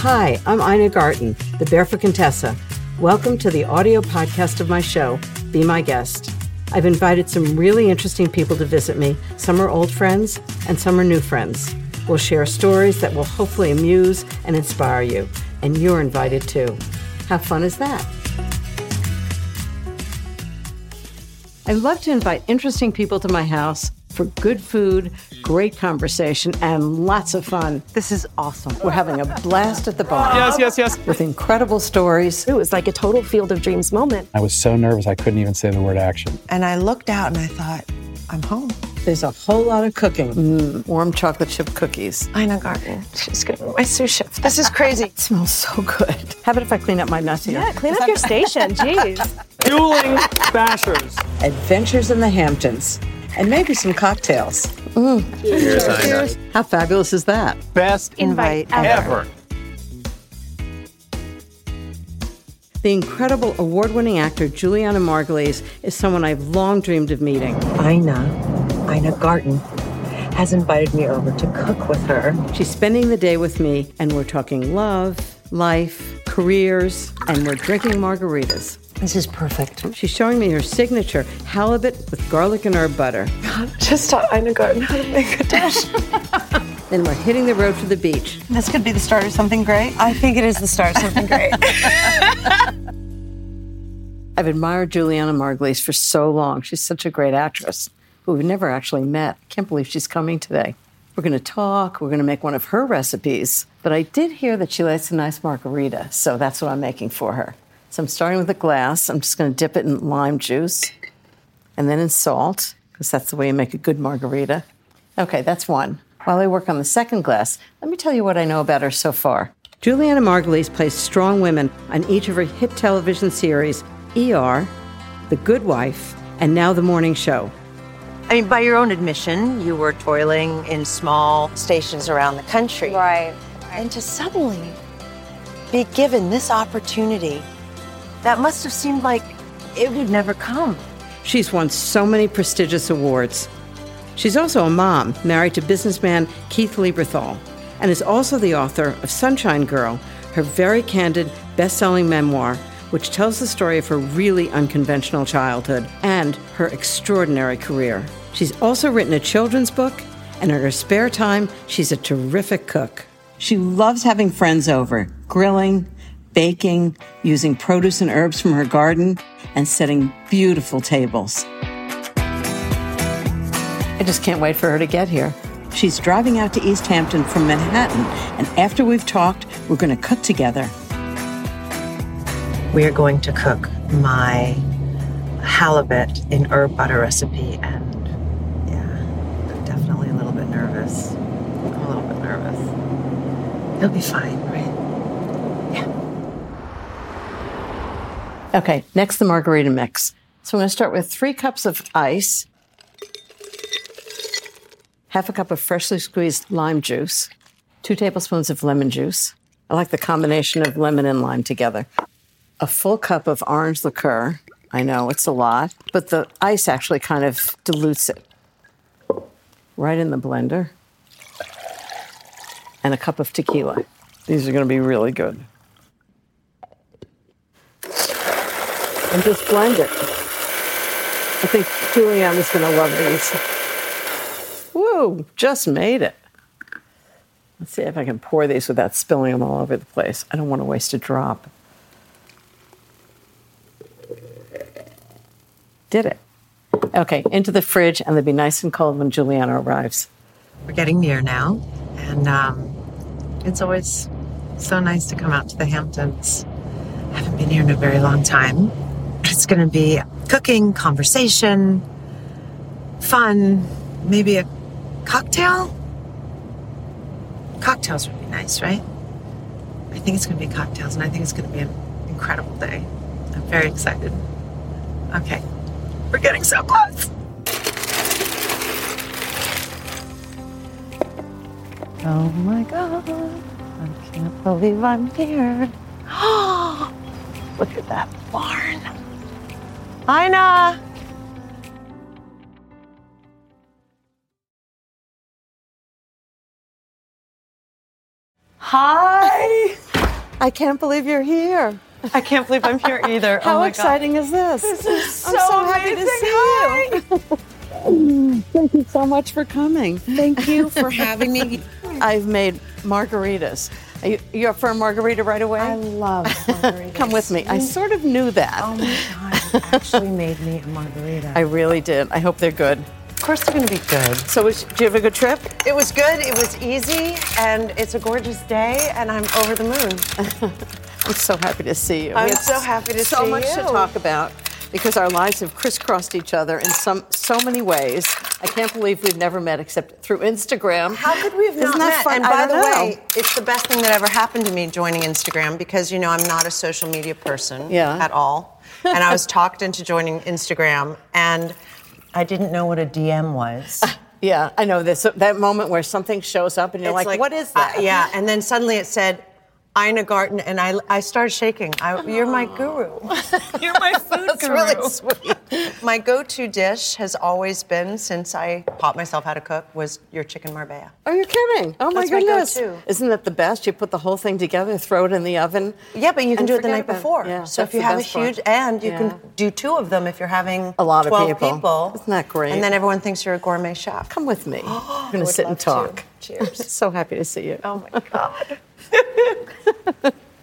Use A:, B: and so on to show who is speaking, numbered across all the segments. A: Hi, I'm Ina Garten, the Barefoot Contessa. Welcome to the audio podcast of my show, Be My Guest. I've invited some really interesting people to visit me. Some are old friends, and some are new friends. We'll share stories that will hopefully amuse and inspire you, and you're invited too. How fun is that? I love to invite interesting people to my house for good food, great conversation, and lots of fun.
B: This is awesome.
A: We're having a blast at the bar.
C: Yes, yes, yes.
A: With incredible stories.
D: It was like a total field of dreams moment.
E: I was so nervous I couldn't even say the word action.
B: And I looked out and I thought, I'm home.
A: There's a whole lot of cooking. Mm, warm chocolate chip cookies.
D: Ina Garten, she's gonna be my sous chef. This is crazy.
A: It smells so good. How about if I clean up my mess here?
D: yeah, clean up your station, jeez.
C: Dueling bashers.
A: Adventures in the Hamptons. And maybe some cocktails. Mm. Cheers. How fabulous is that?
C: Best
B: Invite
C: ever.
A: The incredible award winning actor Juliana Margulies is someone I've long dreamed of meeting.
F: Ina, Ina Garten, has invited me over to cook with her.
A: She's spending the day with me, and we're talking love, life, careers, and we're drinking margaritas.
F: This is perfect.
A: She's showing me her signature halibut with garlic and herb butter.
D: Just taught Ina Garten how to make a dish.
A: Then we're hitting the road to the beach.
B: This could be the start of something great.
F: I think it is the start of something great.
A: I've admired Juliana Margulies for so long. She's such a great actress who we've never actually met. Can't believe she's coming today. We're going to talk. We're going to make one of her recipes. But I did hear that she likes a nice margarita, so that's what I'm making for her. So I'm starting with a glass. I'm just going to dip it in lime juice and then in salt, because that's the way you make a good margarita. Okay, that's one. While I work on the second glass, let me tell you what I know about her so far. Juliana Margulies plays strong women on each of her hit television series ER, The Good Wife, and now The Morning Show.
B: I mean, by your own admission, you were toiling in small stations around the country.
G: Right.
B: And to suddenly be given this opportunity, that must have seemed like it would never come.
A: She's won so many prestigious awards. She's also a mom, married to businessman Keith Lieberthal, and is also the author of Sunshine Girl, her very candid, best selling memoir, which tells the story of her really unconventional childhood and her extraordinary career. She's also written a children's book, and in her spare time, she's a terrific cook. She loves having friends over, grilling, baking, using produce and herbs from her garden, and setting beautiful tables. I just can't wait for her to get here. She's driving out to East Hampton from Manhattan, and after we've talked, we're going to cook together.
F: we are going to cook my halibut in herb butter recipe, and yeah, I'm definitely a little bit nervous. I'm a little bit nervous. It'll be fine, right?
A: Okay, next the margarita mix. So I'm going to start with three cups of ice, half a cup of freshly squeezed lime juice, two tablespoons of lemon juice. I like the combination of lemon and lime together. A full cup of orange liqueur. I know it's a lot, but the ice actually kind of dilutes it. Right in the blender. And a cup of tequila. These are going to be really good. and just blend it. I think Julianne is going to love these. Woo, just made it. Let's see if I can pour these without spilling them all over the place. I don't want to waste a drop. Did it. Okay, into the fridge, and they'll be nice and cold when Juliana arrives.
F: We're getting near now, and um, it's always so nice to come out to the Hamptons. I haven't been here in a very long time. It's going to be cooking, conversation, fun, maybe a cocktail. Cocktails would be nice, right? I think it's going to be cocktails, and I think it's going to be an incredible day. I'm very excited. Okay, we're getting so close.
B: Oh my God. I can't believe I'm here. Look at that barn. Ina! Hi!
A: I can't believe you're here.
B: I can't believe I'm here either. Oh
A: How exciting is this? This is so I'm so happy to see you. Thank you so much for coming.
F: Thank you for having me.
A: I've made margaritas. Are you, you're up for a margarita right away?
B: I love margaritas.
A: Come with me. I sort of knew that.
B: Oh my God, you actually made me a margarita.
A: I really did. I hope they're good.
B: of course they're going to be good.
A: So, was, did you have a good trip?
B: It was good, it was easy, and it's a gorgeous day, and I'm over the moon.
A: I'm so happy to see you.
B: I'm
A: We had
B: so happy to
A: so
B: see
A: much to
B: you.
A: talk about because our lives have crisscrossed each other in some so many ways. I can't believe we've never met except through Instagram.
B: How could we have
A: Isn't
B: not
A: that
B: met?
A: fun?
B: And
A: I
B: by the
A: don't know.
B: way, it's the best thing that ever happened to me joining Instagram because you know I'm not a social media person
A: Yeah.
B: at all, and I was talked into joining Instagram, and I didn't know what a DM was.
A: Yeah, I know this that moment where something shows up and you're
B: It's
A: like, "What is that?"
B: uh, yeah, and then suddenly it said. Ina Garten, and I, I started shaking. I, you're my
A: Oh.
B: guru.
F: You're my food
B: That's really sweet. My go to dish has always been, since I taught myself how to cook, was your chicken marbella.
A: Are you kidding? Oh my
B: That's my
A: goodness!
B: go-to.
A: Isn't that the best? You put the whole thing together, throw it in the oven.
B: Yeah, but you can
A: and
B: do it the
A: forget
B: night
A: about it.
B: before.
A: Yeah,
B: so if
A: that's
B: you
A: the
B: have a
A: best part.
B: huge, and you
A: Yeah.
B: can do two of them if you're having
A: A lot of
B: 12
A: people.
B: people.
A: Isn't that great?
B: And then everyone thinks you're a gourmet chef.
A: come with me. We're
B: I
A: going to
B: would
A: sit and
B: love to.
A: talk.
B: Cheers.
A: so happy to see you.
B: Oh my God.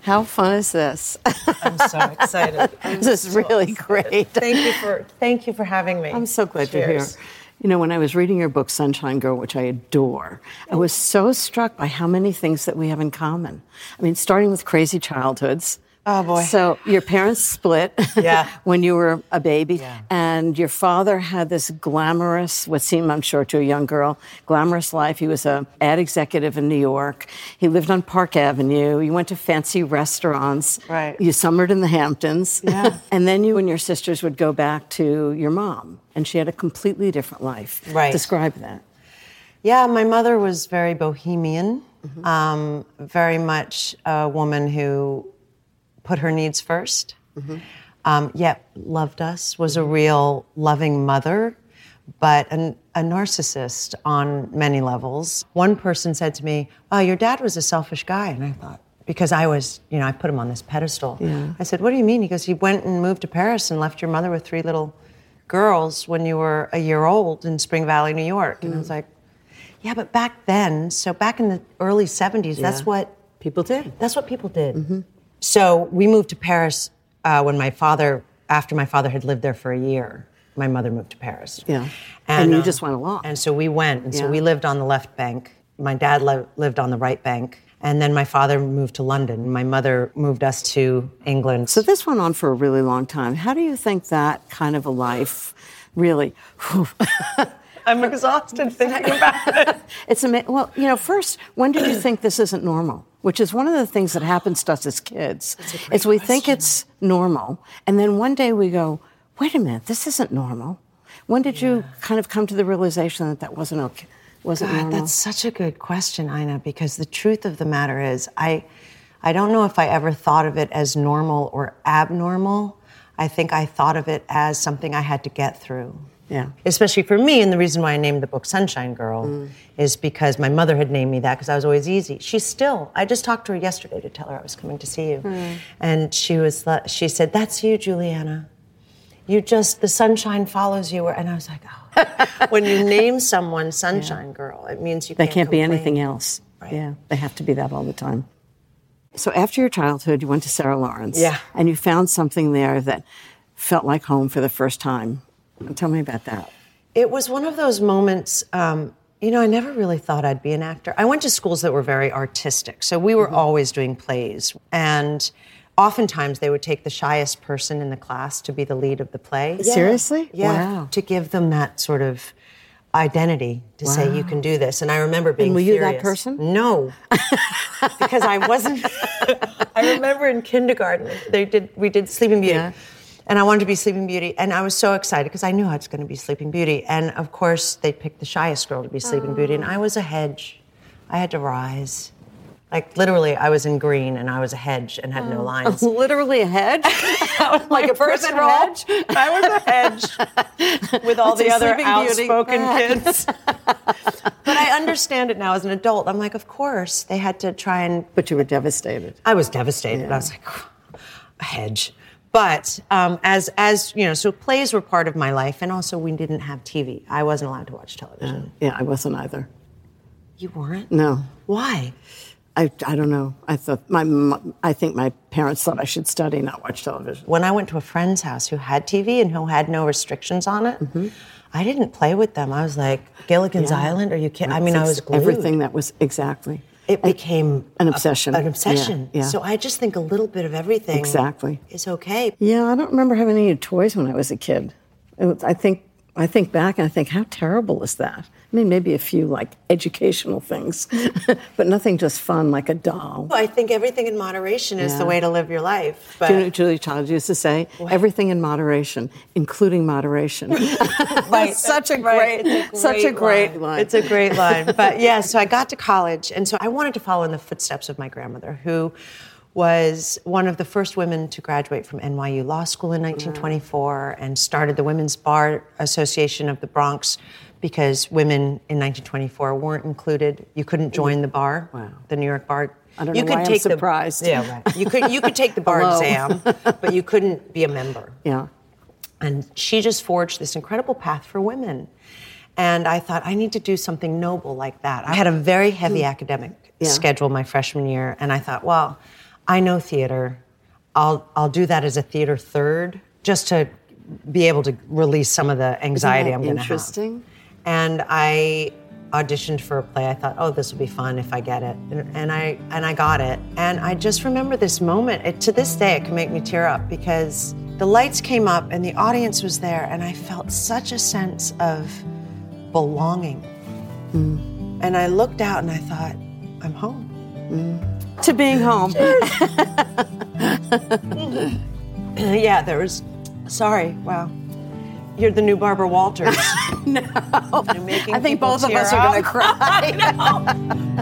A: How fun is this?
B: I'm so excited. I'm
A: this is
B: so
A: really
B: excited.
A: great.
B: Thank you for thank you for having me.
A: I'm so glad you're here.
B: Cheers.
A: You know, when I was reading your book, Sunshine Girl, which I adore, I was so struck by how many things that we have in common. I mean, starting with crazy childhoods.
B: Oh, boy.
A: So your parents split
B: Yeah.
A: when you were a baby,
B: Yeah.
A: and your father had this glamorous, what seemed, I'm sure, to a young girl, glamorous life. He was a ad executive in New York. He lived on Park Avenue. You went to fancy restaurants.
B: Right.
A: You summered in the Hamptons. and then you and your sisters would go back to your mom, and she had a completely different life.
B: Right.
A: Describe that.
B: Yeah, my mother was very bohemian, um, very much a woman who put her needs 1st um, yet loved us, was a real loving mother, but an, a narcissist on many levels. One person said to me, Oh, your dad was a selfish guy. And I thought, because I was, you know, I put him on this pedestal. I said, What do you mean? He goes, He went and moved to Paris and left your mother with three little girls when you were a year old in Spring Valley, New York. And I was like, yeah, but back then, so back in the early 70s,
A: Yeah.
B: that's what
A: People did. Mm-hmm.
B: that's what people did. So we moved to Paris uh, when my father, after my father had lived there for a year, my mother moved to Paris. um,
A: Yeah. And you just went along.
B: And so we went. And
A: Yeah.
B: so we lived on the left bank. My dad li- lived on the right bank. And then my father moved to London. My mother moved us to England.
A: So this went on for a really long time. How do you think that kind of a life really? whew,
B: I'm exhausted thinking about it.
A: It's amazing. Well, you know, first, when did you think this isn't normal? Which is one of the things that happens to us as kids. Is we think it's normal, and then one day we go, "Wait a minute, this isn't normal." When did you kind of come to the realization that that wasn't okay? Wasn't
B: God,
A: normal?
B: that's such a good question, Ina, because the truth of the matter is, I, I don't know if I ever thought of it as normal or abnormal. I think I thought of it as something I had to get through.
A: Yeah.
B: Especially for me, and the reason why I named the book Sunshine Girl is because my mother had named me that because I was always easy. She's still. I just talked to her yesterday to tell her I was coming to see you, and she was. li- She said, "That's you, Juliana." you just the sunshine follows you and i was like oh when you name someone sunshine girl it means you
A: They can't be
B: complain.
A: anything else.
B: Right.
A: Yeah, they have to be that all the time. So after your childhood, you went to Sarah Lawrence.
B: Yeah.
A: And you found something there that felt like home for the first time. Tell me about that.
B: it was one of those moments um, you know i never really thought i'd be an actor i went to schools that were very artistic so we
A: Mm-hmm.
B: were always doing plays and oftentimes they would take the shyest person in the class to be the lead of the play
A: Seriously?
B: yeah
A: Wow.
B: to give them that sort of identity to say you can do this and i remember being
A: were you that
B: furious.
A: person?
B: no because I wasn't. I remember in kindergarten they did we did Sleeping Beauty,
A: Yeah.
B: and I wanted to be Sleeping Beauty, and I was so excited because I knew I was going to be Sleeping Beauty, and of course they picked the shyest girl to be Sleeping Beauty, and I was a hedge. I had to rise. I Like literally, I was in green and I was a hedge and had no lines.
A: Oh. Literally a hedge, like a person hedge.
B: I was a hedge with all the
A: a
B: other
A: Sleeping Beauty.
B: outspoken kids. but I understand it now as an adult. I'm like, of course they had to try and.
A: But you were devastated.
B: I was devastated. I was like, a hedge. But um, as as you know, so plays were part of my life, and also we didn't have TV. I wasn't allowed to watch television.
A: Yeah, I wasn't either.
B: You weren't.
A: No,
B: Why?
A: I, I don't know. I thought my, m I I think my parents thought I should study, not watch television.
B: When I went to a friend's house who had TV and who had no restrictions on it,
A: Mm-hmm.
B: I didn't play with them. I was like, Gilligan's Island? Are you kidding? I mean, I was glued.
A: everything that was exactly.
B: It became
A: An
B: a-
A: obsession.
B: an
A: Yeah,
B: obsession.
A: yeah.
B: So I just think a little bit of everything
A: Exactly.
B: is okay.
A: Yeah, I don't remember having any toys when I was a kid. It was- I think I think back and I think how terrible is that? I mean, maybe a few like educational things, but nothing just fun like a doll.
B: I think everything in moderation is the
A: Yeah.
B: way to live your life. But
A: Do you know what Julia Child used to say? Everything in moderation, including moderation.
B: Right,
A: such a
B: that's right.
A: great-
B: It's
A: such a great line.
B: It's a great line. But yeah, so I got to college, and so I wanted to follow in the footsteps of my grandmother, who was one of the first women to graduate from NYU Law School
A: Mm-hmm.
B: in 1924 and started the Women's Bar Association of the Bronx because women in 1924 weren't included. You couldn't join the bar, wow. the New York bar.
A: I don't
B: you
A: know
B: could
A: why I'm
B: take the-
A: surprised.
B: yeah, right. You could you could take the bar
A: Hello.
B: exam, but you couldn't be a member.
A: yeah.
B: And she just forged this incredible path for women. And I thought, I need to do something noble like that. I had a very heavy academic schedule my freshman year, and I thought, well, I know theater. I'll, I'll do that as a theater third just to be able to release some of the anxiety I'm going to have.
A: interesting?
B: And I auditioned for a play. I thought, oh, this will be fun if I get it. And, and I and I got it. And I just remember this moment. It, to this day, it can make me tear up because the lights came up and the audience was there, and I felt such a sense of belonging.
A: Mm.
B: And I looked out and I thought, I'm home.
A: To being home.
B: yeah, there was. Sorry, wow. You're the new Barbara Walters. no.
A: I think both of us are going to cry.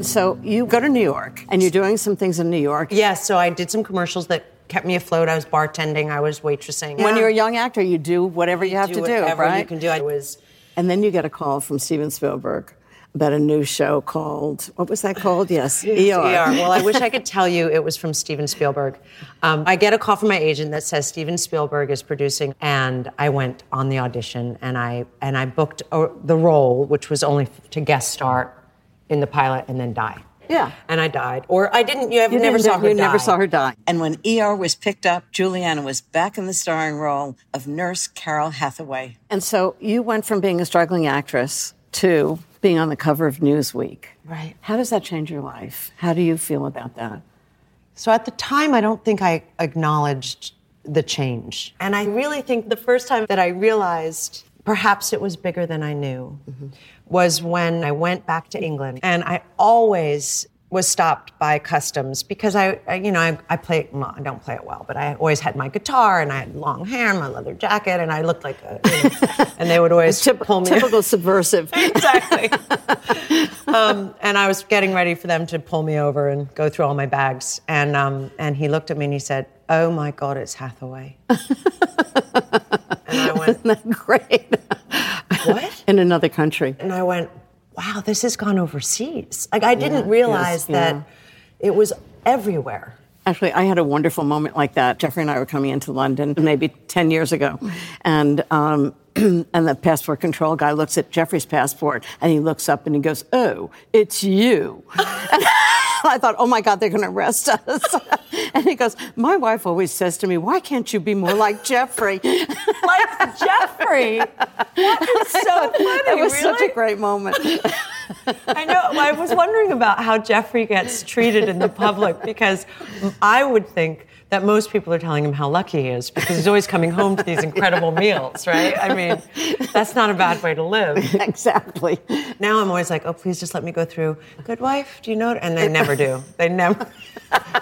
A: So you go to New York, and you're doing some things in New York.
B: Yeah, so I did some commercials that kept me afloat. I was bartending, I was waitressing.
A: When you're a young actor, you do whatever you have to do,
B: whatever
A: right?
B: you can do. I was
A: And then you get a call from Steven Spielberg about a new show called what was that called? Yes, ER.
G: E
B: E Well, I wish I could tell you it was from Steven Spielberg. Um, I get a call from my agent that says Steven Spielberg is producing, and I went on the audition and I and I booked uh, the role, which was only f- to guest star in the pilot and then die.
A: Yeah.
B: and I died, or I didn't. You, ever,
A: You
B: never
A: didn't-
B: saw her.
A: You
B: die.
A: never saw her die.
G: And when ER was picked up, Juliana was back in the starring role of Nurse Carol Hathaway.
A: And so you went from being a struggling actress to being on the cover of Newsweek.
B: Right.
A: How does that change your life? How do you feel about that?
B: So at the time, I don't think I acknowledged the change. And I really think the first time that I realized perhaps it was bigger than I knew
A: Mm-hmm.
B: was when I went back to England. And I always was stopped by customs because I, I you know, I, I play, well, I don't play it well, but I always had my guitar and I had long hair and my leather jacket and I looked like a, you know, and they would always
A: Typ-
B: pull me
A: typical subversive.
B: exactly. um, and I was getting ready for them to pull me over and go through all my bags. And, um, and he looked at me and he said, Oh my God, it's Hathaway. and I went,
A: Great.
B: What?
A: In another country.
B: And I went, Wow, this has gone overseas. Like, I didn't
A: yes,
B: realize
A: yeah.
B: that it was everywhere.
A: Actually, I had a wonderful moment like that. Jeffrey and I were coming into London maybe 10 years ago, and, um, and the passport control guy looks at Jeffrey's passport and he looks up and he goes, Oh, it's you. I thought, Oh my God, they're going to arrest us. and he goes, My wife always says to me, Why can't you be more like Jeffrey?
D: Like Jeffrey. so funny.
A: It was such a great moment.
B: I know. I was wondering about how Jeffrey gets treated in the public because I would think that most people are telling him how lucky he is because he's always coming home to these incredible meals, right? I mean, that's not a bad way to live.
A: exactly.
B: Now I'm always like, oh, please just let me go through. Good wife, do you know? it?" And they never do. They never.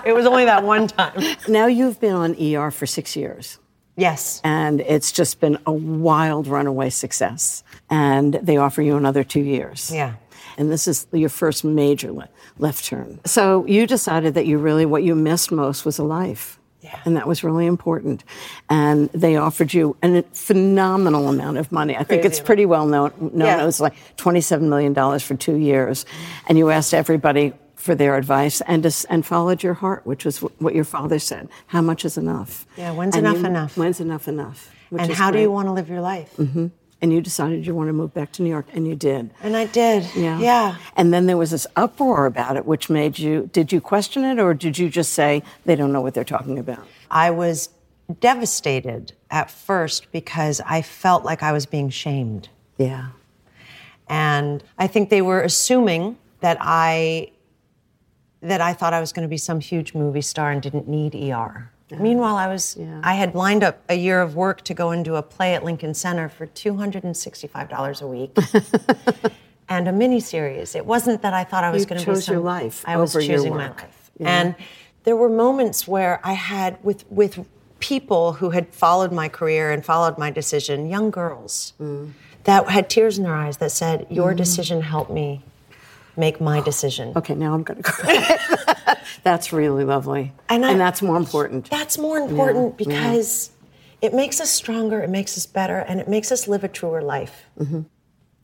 B: It was only that one time.
A: Now you've been on ER for E six years.
B: Yes.
A: and it's just been a wild runaway success. And they offer you another two years.
B: Yeah.
A: And this is your first major le- left turn. So you decided that you really, what you missed most was a life.
B: Yeah.
A: And that was really important. And they offered you a phenomenal amount of money. I think it's pretty well known. known.
B: Yeah.
A: It was like $27 million for two years. And you asked everybody for their advice and, to, s- and followed your heart, which was wh- what your father said. How much is enough?
B: Yeah, when's
A: And
B: enough
A: you-
B: enough?
A: When's enough enough? which
B: and
A: is
B: how do you
A: great.
B: want to live your life?
A: And you decided you want to move back to New York, and you did.
B: And I did.
A: Yeah.
B: Yeah.
A: And then there was this uproar about it, which made you. Did you question it, or did you just say they don't know what they're talking about?
B: I was devastated at first because I felt like I was being shamed.
A: Yeah.
B: And I think they were assuming that I that I thought I was going to be some huge movie star and didn't need ER. Meanwhile, I was I had lined up a year of work to go and do a play at Lincoln Center for $265 a week. and a mini series. It wasn't that I thought I was
A: You
B: going to be
A: chose
B: some,
A: your life
B: I was
A: over your
B: choosing my
A: work.
B: life. And there were moments where I had with with people who had followed my career and followed my decision, young girls
A: Mm.
B: that had tears in their eyes that said, "Your decision helped me make my decision."
A: Mm-hmm. Okay. Now I'm going to cry. that's really lovely.
B: I-
A: that's more important.
B: That's more important
A: yeah. Mm-hmm.
B: because it makes us stronger, it makes us better, and it makes us live a truer life.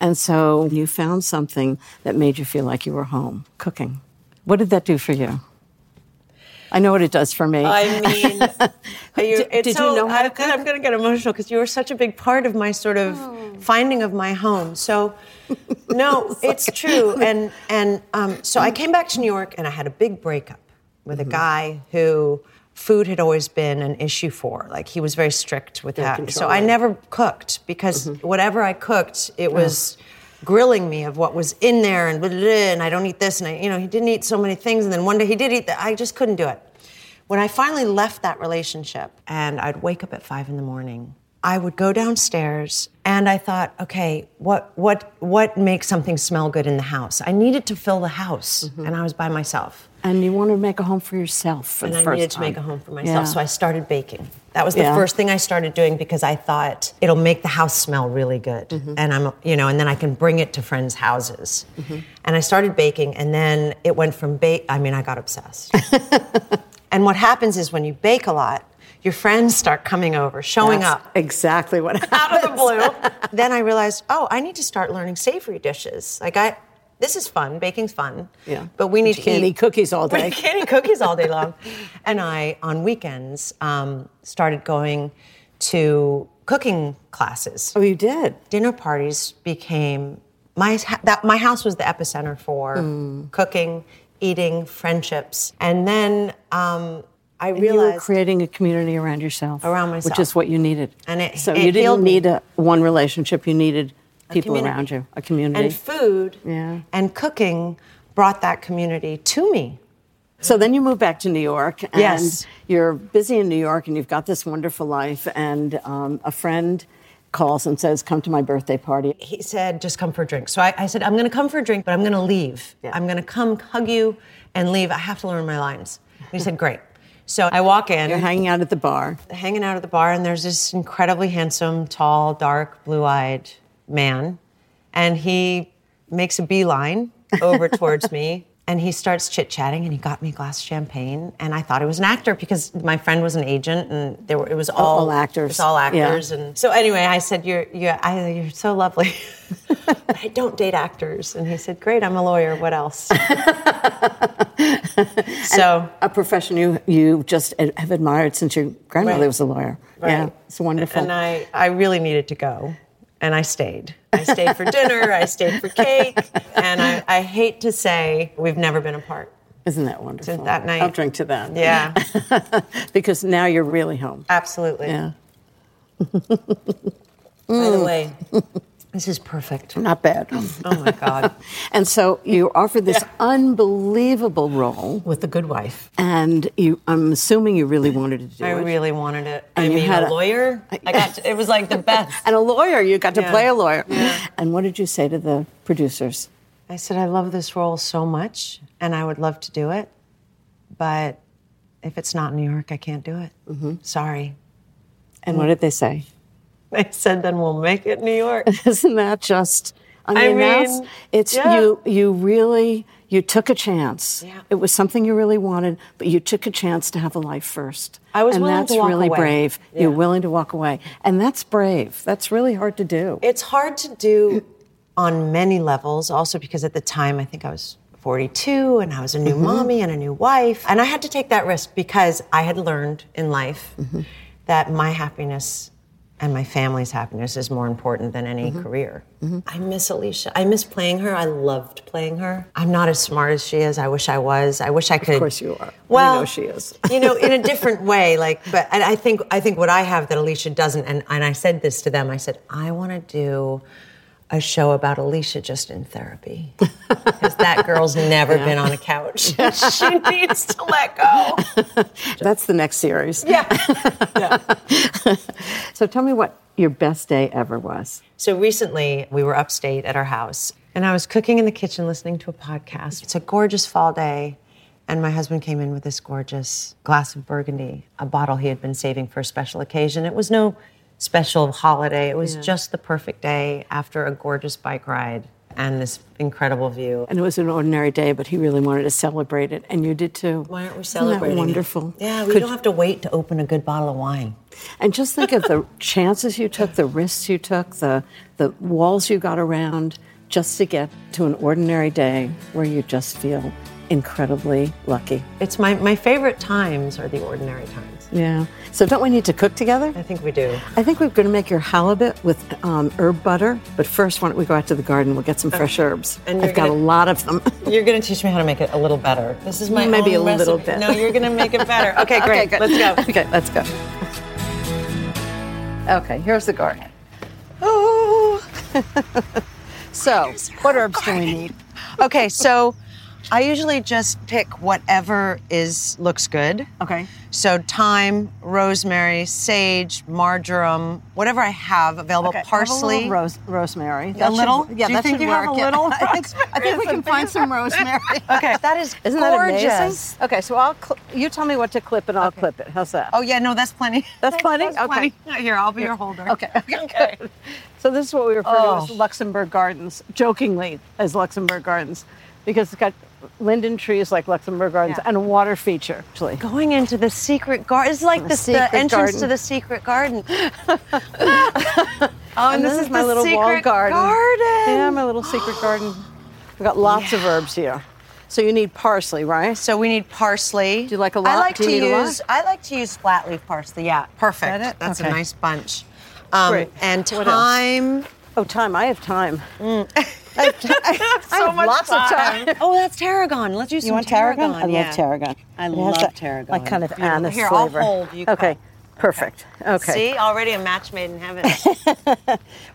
A: And so you found something that made you feel like you were home. Cooking. What did that do for you? I know what it does for me.
B: I mean, are you,
A: Did-
B: it's
A: did you
B: so,
A: know how to
B: I'm gonna- I'm going to get emotional because you were such a big part of my sort of
A: Oh.
B: finding of my home. So, no, it's true. And and um, so I came back to New York and I had a big breakup with
A: Mm-hmm.
B: a guy who food had always been an issue for. Like he was very strict with that. So I never cooked because
A: Mm-hmm.
B: whatever I cooked, it
A: Oh.
B: was. Grilling me of what was in there and blah, blah, blah, and I don't eat this and I you know he didn't eat so many things and then one day he did eat that I just couldn't do it. When I finally left that relationship and I'd wake up at five in the morning, I would go downstairs and I thought, okay, what what what makes something smell good in the house? I needed to fill the house and I was by myself.
A: and you wanted to make a home for yourself for
B: And
A: the
B: I
A: first
B: needed to
A: time.
B: make a home for myself.
A: Yeah.
B: So I started baking. That was the
A: Yeah.
B: first thing I started doing because I thought it'll make the house smell really good.
A: Mm-hmm.
B: And I'm you know, and then I can bring it to friends' houses.
A: Mm-hmm.
B: And I started baking and then it went from bake I mean, I got obsessed. And what happens is when you bake a lot, your friends start coming over, showing
A: That's
B: up
A: Exactly what
B: out of the
A: happened.
B: blue. then I realized, oh, I need to start learning savory dishes. Like I, this is fun. Baking's fun.
A: Yeah.
B: But we need
A: But you
B: to
A: can't
B: eat,
A: eat cookies all day.
B: We can't eat cookies all day long. and I, on weekends, um, started going to cooking classes
A: Oh, you did.
B: dinner parties became my that my house was the epicenter for
A: Hmm.
B: cooking, eating, friendships, and then um, I
A: you were
B: realized
A: creating a community around yourself,
B: Around
A: which
B: myself.
A: is what you needed.
B: And it-
A: so
B: it
A: you didn't
B: healed me.
A: need a, one relationship; you needed people
B: community.
A: around you, a community.
B: and food
A: Yeah.
B: and cooking brought that community to me.
A: so then you moved back to New York, and
B: Yes.
A: you're busy in New York, and you've got this wonderful life. And um, a friend calls and says, "Come to my birthday party."
B: He said, "Just come for a drink." So I, I said, "I'm going to come for a drink, but I'm going to leave. I'm going to come hug you and leave. I have to learn my lines." And he said, "Great." So I walk in.
A: You're hanging out at the bar.
B: hanging out at the bar, and there's this incredibly handsome, tall, dark, blue eyed man. And he makes a beeline over towards me and he starts chit chatting and he got me a glass of champagne. And I thought it was an actor because my friend was an agent and there were, it was all,
A: all actors.
B: It was all
A: Yeah.
B: actors. And so anyway, I said, You're, you're, I, you're so lovely. I don't date actors. And he said, Great, I'm a lawyer. What else? so.
A: A profession you you just have admired since your grandmother
B: Right.
A: was a lawyer. Yeah,
B: Right.
A: it's wonderful.
B: And uh, I, I really needed to go. And I stayed. I stayed for dinner, I stayed for cake. And I, I hate to say we've never been apart.
A: Isn't that wonderful?
B: that night-
A: I'll drink to that.
B: Yeah,
A: because now you're really home.
B: absolutely.
A: Yeah,
B: By the way, this is perfect.
A: not bad.
B: Mm. Oh my God.
A: And so you offered this unbelievable role,
B: With the good wife.
A: and you, I'm assuming you really wanted to do
B: I
A: it.
B: really wanted it. I
A: And you
B: mean,
A: had
B: a
A: a-
B: lawyer. I got to, it was like the best.
A: and a lawyer, you got to
B: Yeah.
A: play a lawyer.
B: Yeah.
A: And what did you say to the producers?
B: I said, I love this role so much and I would love to do it, Mm-hmm. but if it's not New York, I can't do it. Sorry.
D: And what did they say?
B: I said, then we'll make it New York.
D: Isn't that just? I mean,
B: I
D: that's,
B: mean,
D: it's
B: yeah.
D: you. You really you took a chance.
B: Yeah.
D: It was something you really wanted, but you took a chance to have a life first.
B: I was
D: and
B: willing to
D: that's
B: walk
D: really
B: away.
D: brave. You're willing to walk away, and that's brave. That's really hard to do.
B: It's hard to do on many levels, also because at the time I think I was 42 and I was a new mommy and a new wife. And I had to take that risk because I had learned in life that my happiness and my family's happiness is more important than any career. I miss Alicia. I miss playing her. I loved playing her. I'm not as smart as she is. I wish I was. I wish I could. Of
D: course you are. We
B: Well,
D: know she is.
B: you know, in a different way. Like, but and I think I think what I have that Alicia doesn't, and, and I said this to them. I said I want to do a show about Alicia just in therapy because that girl's never been on a couch. she needs to let go.
D: That's the next series.
B: Yeah.
D: So tell me what your best day ever was.
B: So recently, we were upstate at our house, and I was cooking in the kitchen listening to a podcast. It's a gorgeous fall day, and my husband came in with this gorgeous glass of burgundy, a bottle he had been saving for a special occasion. It was no special holiday, it was just the perfect day after a gorgeous bike ride and this incredible view.
D: And it was an ordinary day, but he really wanted to celebrate it, and you did too.
B: Why aren't we
D: Isn't that
B: celebrating? it?
D: wonderful.
B: Yeah, we
D: Could-
B: don't have to wait to open a good bottle of wine.
D: And just think of the chances you took, the risks you took, the, the walls you got around just to get to an ordinary day where you just feel incredibly lucky.
B: It's my, my favorite times are the ordinary times.
D: Yeah. So, don't we need to cook together?
B: I think we do.
D: I think we're going to make your halibut with um, herb butter, but first, why don't we go out to the garden? We'll get some fresh herbs.
B: And you're
D: I've got
B: gonna-
D: a lot of them.
B: You're going to teach me how to make it a little better. This is my
D: Maybe
B: own
D: a little
B: recipe.
D: bit.
B: No, you're going to make it better. Okay, great.
D: good.
B: Let's go.
D: Okay, let's go. Okay, here's the garden.
B: Oh.
D: So, what herbs do we need?
B: Okay, so I usually just pick whatever is looks good.
D: Okay.
B: So thyme, rosemary, sage, marjoram, whatever I have available,
D: Okay, have
B: parsley.
D: a little rose, rosemary.
B: A little?
D: Should, yeah,
B: Do you
D: that
B: think
D: should
B: you
D: work.
B: have a little
D: I think, I think we
B: rosemary?
D: can find some rosemary.
B: Okay, that is
D: Isn't
B: gorgeous.
D: that amazing? Okay, so I'll cl- you tell me what to clip and I'll clip it. How's that?
B: Oh yeah, no, that's plenty.
D: That's plenty?
B: That's
D: Okay.
B: plenty. Here, I'll be your holder.
D: Okay. Okay. good. So this is what we refer to as
B: Oh.
D: Luxembourg Gardens, jokingly as Luxembourg Gardens, because it's got linden trees like Luxembourg Gardens
B: Yeah.
D: and a water feature. Actually,
B: Going into the secret garden. It's like
D: The
B: the, the
D: secret
B: entrance
D: garden.
B: to the secret garden.
D: oh, and,
B: this is the secret garden.
D: Yeah, my little secret garden. We've got lots of herbs here. So you need parsley, right?
B: So we need parsley. Do
D: you like a lot?
B: I like
D: Do you
B: to
D: need a lot?
B: use I like to use flat leaf parsley. Yeah, perfect.
D: Is that it?
B: That's
D: Okay.
B: a nice bunch. Um,
D: Great.
B: And
D: What else?
B: thyme. Mm.
D: Oh, time. I have time. I have, ti- I have
B: So much
D: lots
B: thyme.
D: of time.
B: Oh, that's tarragon. Let's use some tarragon.
D: I
B: yeah.
D: love tarragon.
B: I
D: It has
B: love
D: that,
B: tarragon.
D: Like kind of
B: Beautiful.
D: anise
B: Here, I'll
D: flavor.
B: hold, you
D: okay,
B: cut.
D: perfect. Okay,
B: See, already a match made in heaven.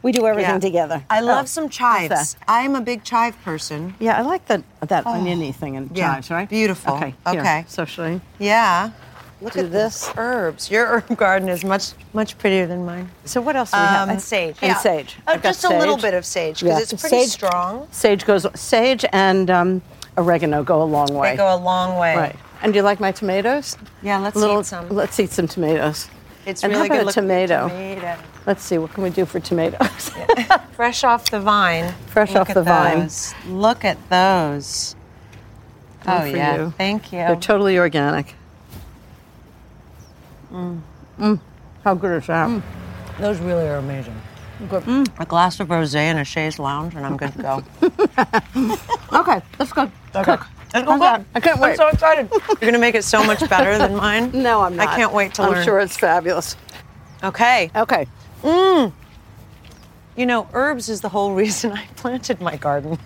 D: we do everything
B: Yeah.
D: together.
B: I
D: Oh,
B: love some chives.
D: that?
B: I'm a big chive person.
D: Yeah, I like that that oniony thing in
B: yeah.
D: chives, right?
B: Beautiful.
D: Oh. Okay. here.
B: Okay.
D: So should I?
B: Yeah. Look
D: Do
B: at this.
D: this.
B: herbs. Your herb garden is much much prettier than mine.
D: So what else do we have?
B: and sage.
D: And
B: Um, yeah.
D: Um, sage.
B: Oh,
D: I've got
B: just a little
D: sage.
B: bit of sage
D: Yeah,
B: because it's pretty
D: sage-
B: strong.
D: Sage goes. Sage and um, oregano go a long way.
B: They go a long way.
D: Right. And do you like my tomatoes?
B: Yeah, let's
D: Little-
B: eat some.
D: Let's eat some tomatoes.
B: It's
D: and
B: really
D: how about
B: good
D: a
B: looking
D: tomato?
B: tomato.
D: Let's see. What can we do for tomatoes?
B: Fresh off the vine.
D: Fresh
B: Look
D: off
B: at
D: the vine.
B: those. Look at those. Oh
D: for
B: yeah.
D: you.
B: Thank you.
D: They're totally organic. Mm. How good is
B: Mm.
D: that?
B: those really are amazing.
D: Mm.
B: A glass of rosé in a chaise lounge, and I'm good to go.
D: Okay, let's go. Cook.
B: Let's go cook.
D: I'm done. I can't wait.
B: I'm so excited. You're gonna make it so much better than mine.
D: No, I'm not.
B: I can't wait to
D: I'm
B: learn.
D: sure it's fabulous.
B: Okay.
D: Okay.
B: You know, herbs is the whole reason I planted my garden.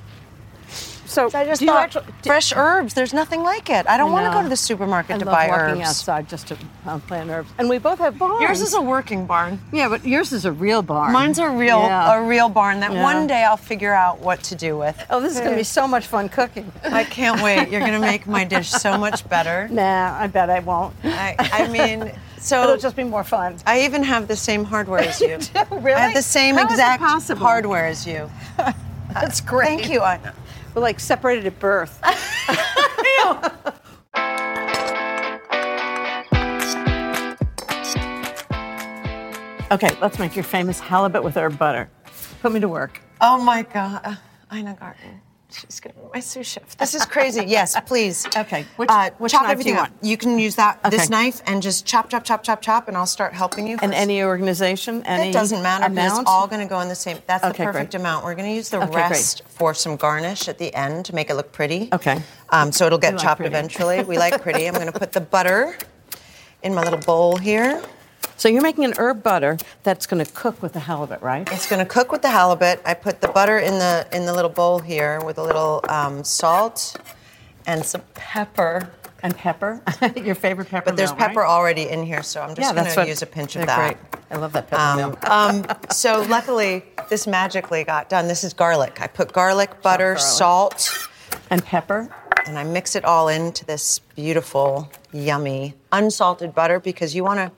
D: So
B: I just
D: do you
B: thought
D: actually, do-
B: fresh herbs. There's nothing like it. I don't want to
D: know.
B: go to the supermarket
D: I
B: to
D: love
B: buy
D: walking
B: herbs.
D: outside just to uh, plant herbs, and we both have barns.
B: Yours is a working barn.
D: yeah, but yours is a real barn.
B: Mine's a real
D: Yeah.
B: a real barn that
D: Yeah.
B: one day I'll figure out what to do with.
D: oh, this is gonna be so much fun cooking.
B: I can't wait. You're gonna make my dish so much better.
D: nah, I bet I won't.
B: I, I mean, so
D: It'll just be more fun.
B: I even have the same hardware as you.
D: Really?
B: I have the same
D: How is it
B: exact
D: possible?
B: hardware as you. That's great. Thank you, Anna.
D: We're like separated at birth. Okay, let's make your famous halibut with our butter. Put me to work.
B: Oh my God, uh, Ina Garten. She's gonna be my sous chef. This is crazy. yes, please. Uh,
D: Okay, which- which
B: chop
D: knife do
B: everything
D: you
B: up.
D: want?
B: You can use that this
D: Okay.
B: knife and just chop, chop, chop, chop, chop, and I'll start helping you.
A: And
B: first.
A: any organization, any
B: It doesn't matter because
A: amount.
B: it's all going to go in the same. That's
A: Okay,
B: the perfect
A: great.
B: amount. We're going to use the
A: Okay, great.
B: rest for some garnish at the end to make it look pretty.
A: Okay.
B: Um, so it'll get
A: like
B: chopped
A: pretty.
B: eventually. We like pretty. I'm going to put the butter in my little bowl here.
A: So you're making an herb butter that's going to cook with the halibut, right?
B: It's going to cook with the halibut. I put the butter in the in the little bowl here with a little um, salt and some pepper.
D: And pepper, your favorite pepper.
B: But there's
D: mill, right?
B: pepper already in here, so I'm just
A: yeah, that's
B: going to
A: what.
B: use a pinch
A: they're
B: of that.
A: Great. I love that pepper
B: Um,
A: mill.
B: um, so luckily, this magically got done. This is garlic. I put garlic, butter, salt,
D: And pepper.
B: and I mix it all into this beautiful, yummy, unsalted butter because you want to.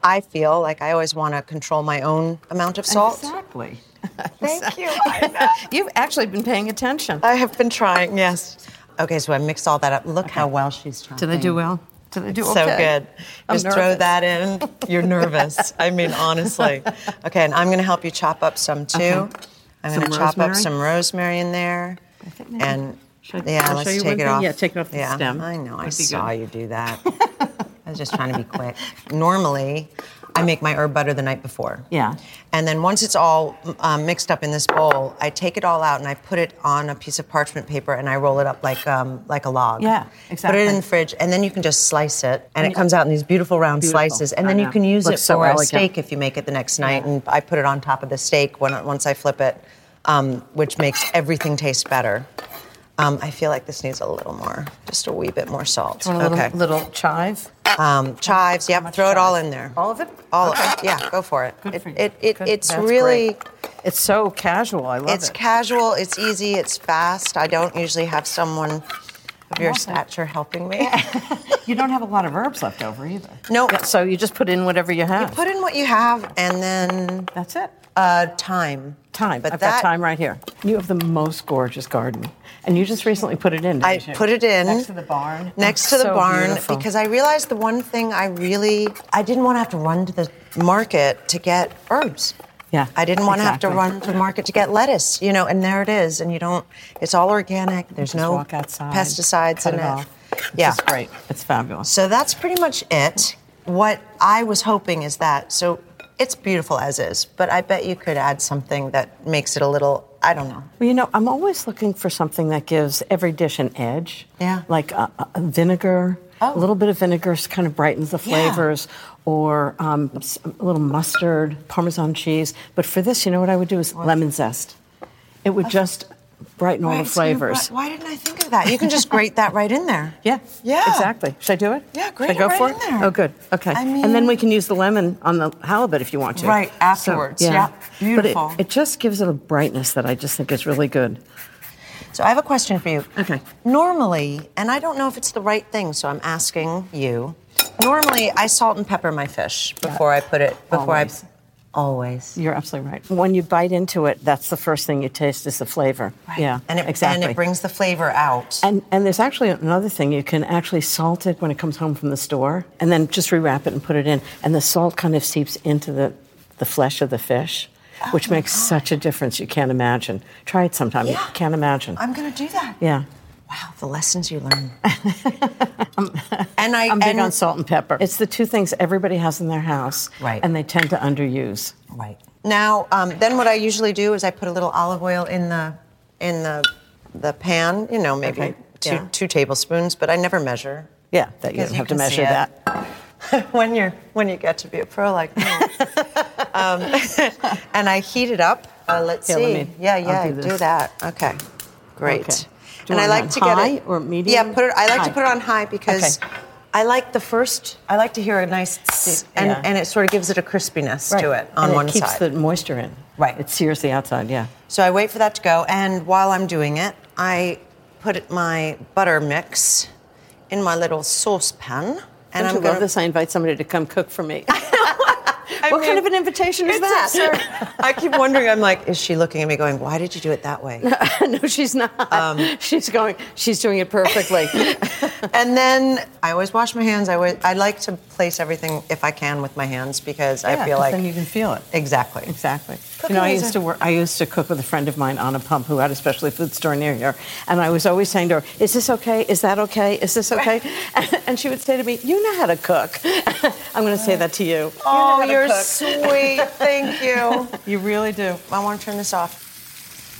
B: I feel like I always want to control my own amount of salt.
D: Exactly.
B: Thank you.
A: You've actually been paying attention.
B: I have been trying. Yes. Okay, so I mixed all that up. Look how well she's chopping.
A: Did I do well? Did I do
B: So
A: okay?
B: good.
A: I'm
B: Just throw
A: nervous.
B: that in. You're nervous. I mean, honestly. Okay, and I'm going to help you chop up some too. I'm
D: Some
B: going to chop up
D: rosemary?
B: some rosemary in there. I
D: think maybe-
B: and
D: Should I-
B: yeah,
D: I'll
B: let's
D: show you
B: take
D: one
B: it
D: thing?
B: off.
D: Yeah, take it off the
B: Yeah,
D: stem.
B: I know. I
D: That'd be
B: saw
D: good.
B: you do that. I was just trying to be quick. Normally, I make my herb butter the night before.
D: Yeah.
B: And then once it's all um, mixed up in this bowl, I take it all out and I put it on a piece of parchment paper and I roll it up like um, like a log.
D: Yeah,
B: Put it in
D: exactly.
B: the fridge and then you can just slice it and it comes out in these beautiful round slices and
D: I
B: then you
D: know.
B: can use
A: Looks
B: it
A: so
B: for a
A: elegant.
B: steak if you make it the next night. And I put it on top of the steak when once I flip it, um, which makes everything taste better. Um, I feel like this needs a little more, just a wee bit more salt.
A: Want a little,
B: okay.
A: little chive?
B: Um, chives, yep. Throw it all in there.
A: All of it?
B: All of it. Yeah, go for it.
D: Good
B: it,
D: for you.
B: it, it
A: Good.
B: it's
A: That's
B: really
A: great. It's so casual. I love
B: it's
A: it.
B: casual, it's easy, it's fast. I don't usually have someone of your stature helping me.
D: You don't have a lot of herbs left over either.
B: No,
A: Yeah, so you just put in whatever you have.
B: put in what you have and then
D: That's it.
B: uh, time.
A: time.
B: But
A: I've
B: that
A: got time right here. You have the most gorgeous garden, and you just recently put it in. Didn't
B: I
A: you?
B: put it in
D: Next to the barn.
B: next to the
A: So
B: barn
A: beautiful.
B: because I realized the one thing I really I didn't want to have to run to the market to get herbs.
A: Yeah,
B: I didn't want to
A: exactly.
B: have to run to the market to get lettuce, you know, and there it is and you don't it's all organic. There's
A: Just
B: no
A: walk outside,
B: pesticides
A: cut
B: in
A: it
B: it.
A: off.
B: Yeah.
A: It's great. It's fabulous.
B: So that's pretty much it. What I was hoping is that so it's beautiful as is, but I bet you could add something that makes it a little I don't know.
A: Well, you know, I'm always looking for something that gives every dish an edge.
B: Yeah.
A: Like uh, uh, vinegar.
B: Oh.
A: A little bit of vinegar s- kind of brightens the
B: Yeah.
A: flavors, or um, s- a little mustard, Parmesan cheese. But for this, you know what I would do is lemon zest. It would just brighten all
B: Wait,
A: the
B: it's gonna-
A: flavors.
B: Why didn't I think of that? You can just grate that right in there.
A: Yeah.
B: Yeah.
A: Exactly. Should I do it?
B: Yeah,
A: Should
B: grate
A: I
B: it
A: go
B: right
A: for
B: in
A: it?
B: there.
A: Oh, good. Okay.
B: I
A: and then
B: mean-
A: we can use the lemon on the halibut if you want to.
B: Right,
A: So,
B: afterwards. Yeah. Beautiful.
A: But it, it just gives it a brightness that I just think is really good.
B: So I have a question for you.
A: Okay.
B: Normally, and I don't know if it's the right thing, so I'm asking you. Normally, I salt and pepper my fish before I put it. Before
A: Always.
B: I always.
A: You're absolutely right. When you bite into it, that's the first thing you taste is the flavor. Yeah.
B: And it
A: exactly.
B: and it brings the flavor out.
A: And, and there's actually another thing you can actually salt it when it comes home from the store, and then just rewrap it and put it in, and the salt kind of seeps into the, the flesh of the fish, which makes such a difference. You can't imagine. Try it sometime. You
B: Yeah.
A: can't imagine.
B: I'm gonna do that.
A: yeah,
B: Wow, the lessons you learn. and I
A: I'm big
B: and,
A: on salt and pepper. It's the two things everybody has in their house,
B: Right.
A: And they tend to underuse.
B: Right. Now, um, then what I usually do is I put a little olive oil in the in the the pan. You know, maybe
A: Okay,
B: two
A: yeah.
B: two tablespoons, but I never measure.
A: Yeah, that you don't
B: Because you
A: have to
B: can see
A: measure
B: it.
A: that.
B: when you're when you get to be a pro like me. um, and I heat it up. Uh, let's
A: Here,
B: see.
A: let me-
B: yeah,
A: I'll
B: yeah,
A: do
B: do,
A: this.
B: that. Okay, great.
A: Okay. Do you
B: And I
A: want it
B: like
A: on
B: to get
A: high
B: it
A: or medium?
B: Yeah, put it. I like
A: High.
B: to put it on high because.
A: Okay.
B: I like the first. I like to hear a nice, s- and,
A: Yeah.
B: and it sort of gives it a crispiness to
A: Right.
B: it on
A: and
B: one
A: it keeps
B: side.
A: the moisture in.
B: Right.
A: It sears the outside. Yeah.
B: So I wait for that to go, and while I'm doing it, I put it- my butter mix in my little saucepan, and
A: Don't
B: I'm
A: you
B: going
A: love this? I invite somebody to come cook for me.
D: what kind of an invitation is that?
B: I keep wondering. I'm like, is she looking at me, going, "Why did you do it that way?"
D: no, she's not.
A: Um,
D: she's going. She's doing it perfectly.
B: and then I always wash my hands. I always, I like to place everything if I can with my hands because I
A: Yeah,
B: feel
A: 'cause
B: like
A: then you can feel it.
B: exactly.
A: Exactly. you know, I
B: Cooking is
A: used
B: a-
A: to work. I used to cook with a friend of mine on a pump who had a specialty food store near here, and I was always saying to her, "Is this okay? Is that okay? Is this okay?" And, and she would say to me, "You know how to cook." I'm going to say that to you. you
B: Oh,
A: know how to
B: you're
A: cook.
B: sweet. Thank you.
A: You really do.
B: I want to turn this off.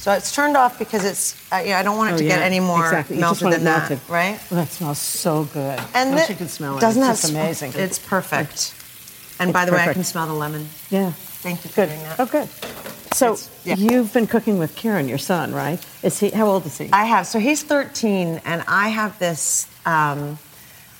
B: So it's turned off because it's. I, yeah, I don't want it
A: Oh,
B: to get
A: yeah.
B: any more
A: Exactly. You just
B: melted
A: want it
B: than that,
A: melted.
B: right?
A: Well, that smells so good.
B: And
A: Wish
B: the-
A: you could smell it.
B: Doesn't
A: it's
B: that
A: just
B: sm-
A: amazing.
B: It's perfect. And by the way, I
A: perfect.
B: can smell the lemon.
A: yeah.
B: Thank you for
A: Good.
B: doing that.
A: Oh, good. So
B: It's- yeah.
A: you've been cooking with Kieran, your son, right? Is he? How old is he?
B: I have. So he's 13, and I have this. Um,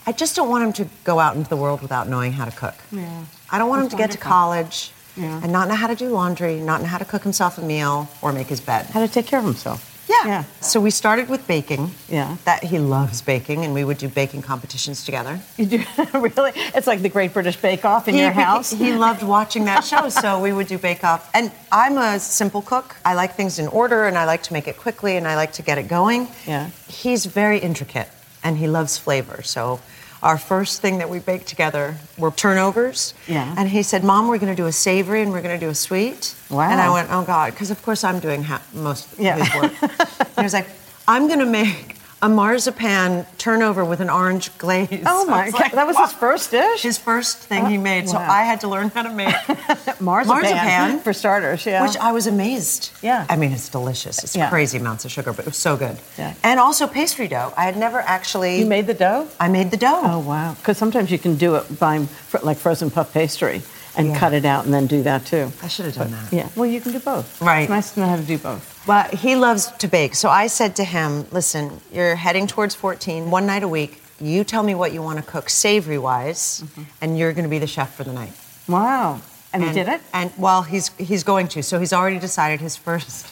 B: I just don't want him to go out into the world without knowing how to cook.
A: Yeah.
B: I don't want
A: That's
B: him to get to
A: wonderful.
B: college
A: Yeah.
B: and not know how to do laundry, not know how to cook himself a meal or make his bed.
A: how to take care of himself.
B: Yeah.
A: Yeah.
B: So we started with baking.
A: Yeah.
B: That he loves baking, and we would do baking competitions together.
A: You do really? It's like the Great British Bake Off in
B: he,
A: your house.
B: He loved watching that show, so we would do Bake Off. And I'm a simple cook. I like things in order, and I like to make it quickly, and I like to get it going.
A: Yeah.
B: He's very intricate, and he loves flavor. So our first thing that we baked together were turnovers.
A: Yeah.
B: And he said, "Mom, we're going to do a savory and we're going to do a sweet."
A: Wow.
B: And I went, "Oh God," because of course I'm doing ha- most of
A: Yeah.
B: his work. and he was like, "I'm going to make." A marzipan turnover with an orange glaze.
A: Oh
B: I
A: my
B: was
A: god,
B: like,
A: that was
B: "Wow."
A: his first dish.
B: his first thing he made. So
A: Uh, Wow.
B: I had to learn how to make,
A: marzipan,
B: marzipan.
A: for starters. Yeah,
B: which I was amazed.
A: Yeah.
B: I mean, it's delicious. It's
A: Yeah.
B: crazy amounts of sugar, but it was so good.
A: Yeah.
B: And also pastry dough. I had never actually.
A: you made the dough.
B: I made the dough.
A: Oh wow, because sometimes you can do it by fr- like frozen puff pastry and
B: Yeah.
A: cut it out and then do that too.
B: I should have done that.
A: Yeah, well you can do both.
B: Right.
A: It's nice to know how to do both.
B: Well, he loves to bake. So I said to him, listen, you're heading towards 14, one night a week. You tell me what you want to cook savory wise,
A: Mm-hmm.
B: and you're going to be the chef for the night.
A: Wow, and, he
B: And-
A: did it.
B: And well, he's he's going to. So he's already decided his first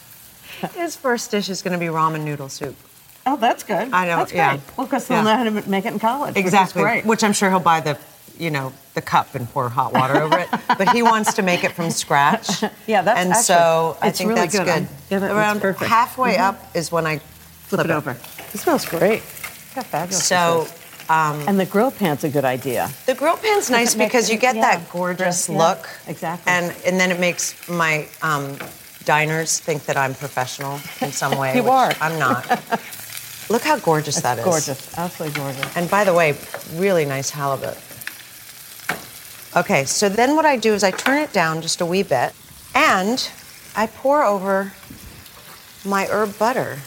B: his first dish is going to be ramen noodle soup.
A: Oh, that's good.
B: I know,
A: That's great.
B: yeah.
A: Well, because they'll
B: Yeah.
A: know how to m- make it in college. which is
B: Exactly.
A: great.
B: Which I'm sure he'll buy the, you know, the cup and pour hot water over it. But he wants to make it from scratch.
A: Yeah, that's
B: and
A: actually-
B: so I
A: it's
B: think
A: really
B: that's
A: good.
B: good.
A: I'm- yeah, that looks
B: Around
A: perfect. Mm-hmm.
B: halfway up is when I
A: flip, it over. It smells great. How fabulous.
B: So
A: this is. and the grill pan's a good idea.
B: the grill pan's nice
A: make-
B: because you get
A: yeah,
B: that gorgeous
A: yeah,
B: look.
A: exactly.
B: And and then it makes my um, diners think that I'm professional in some way.
A: You
B: which
A: are.
B: I'm not. Look how gorgeous that is.
A: Gorgeous, absolutely gorgeous.
B: And by the way, really nice halibut. Okay, so then what I do is I turn it down just a wee bit and I pour over my herb butter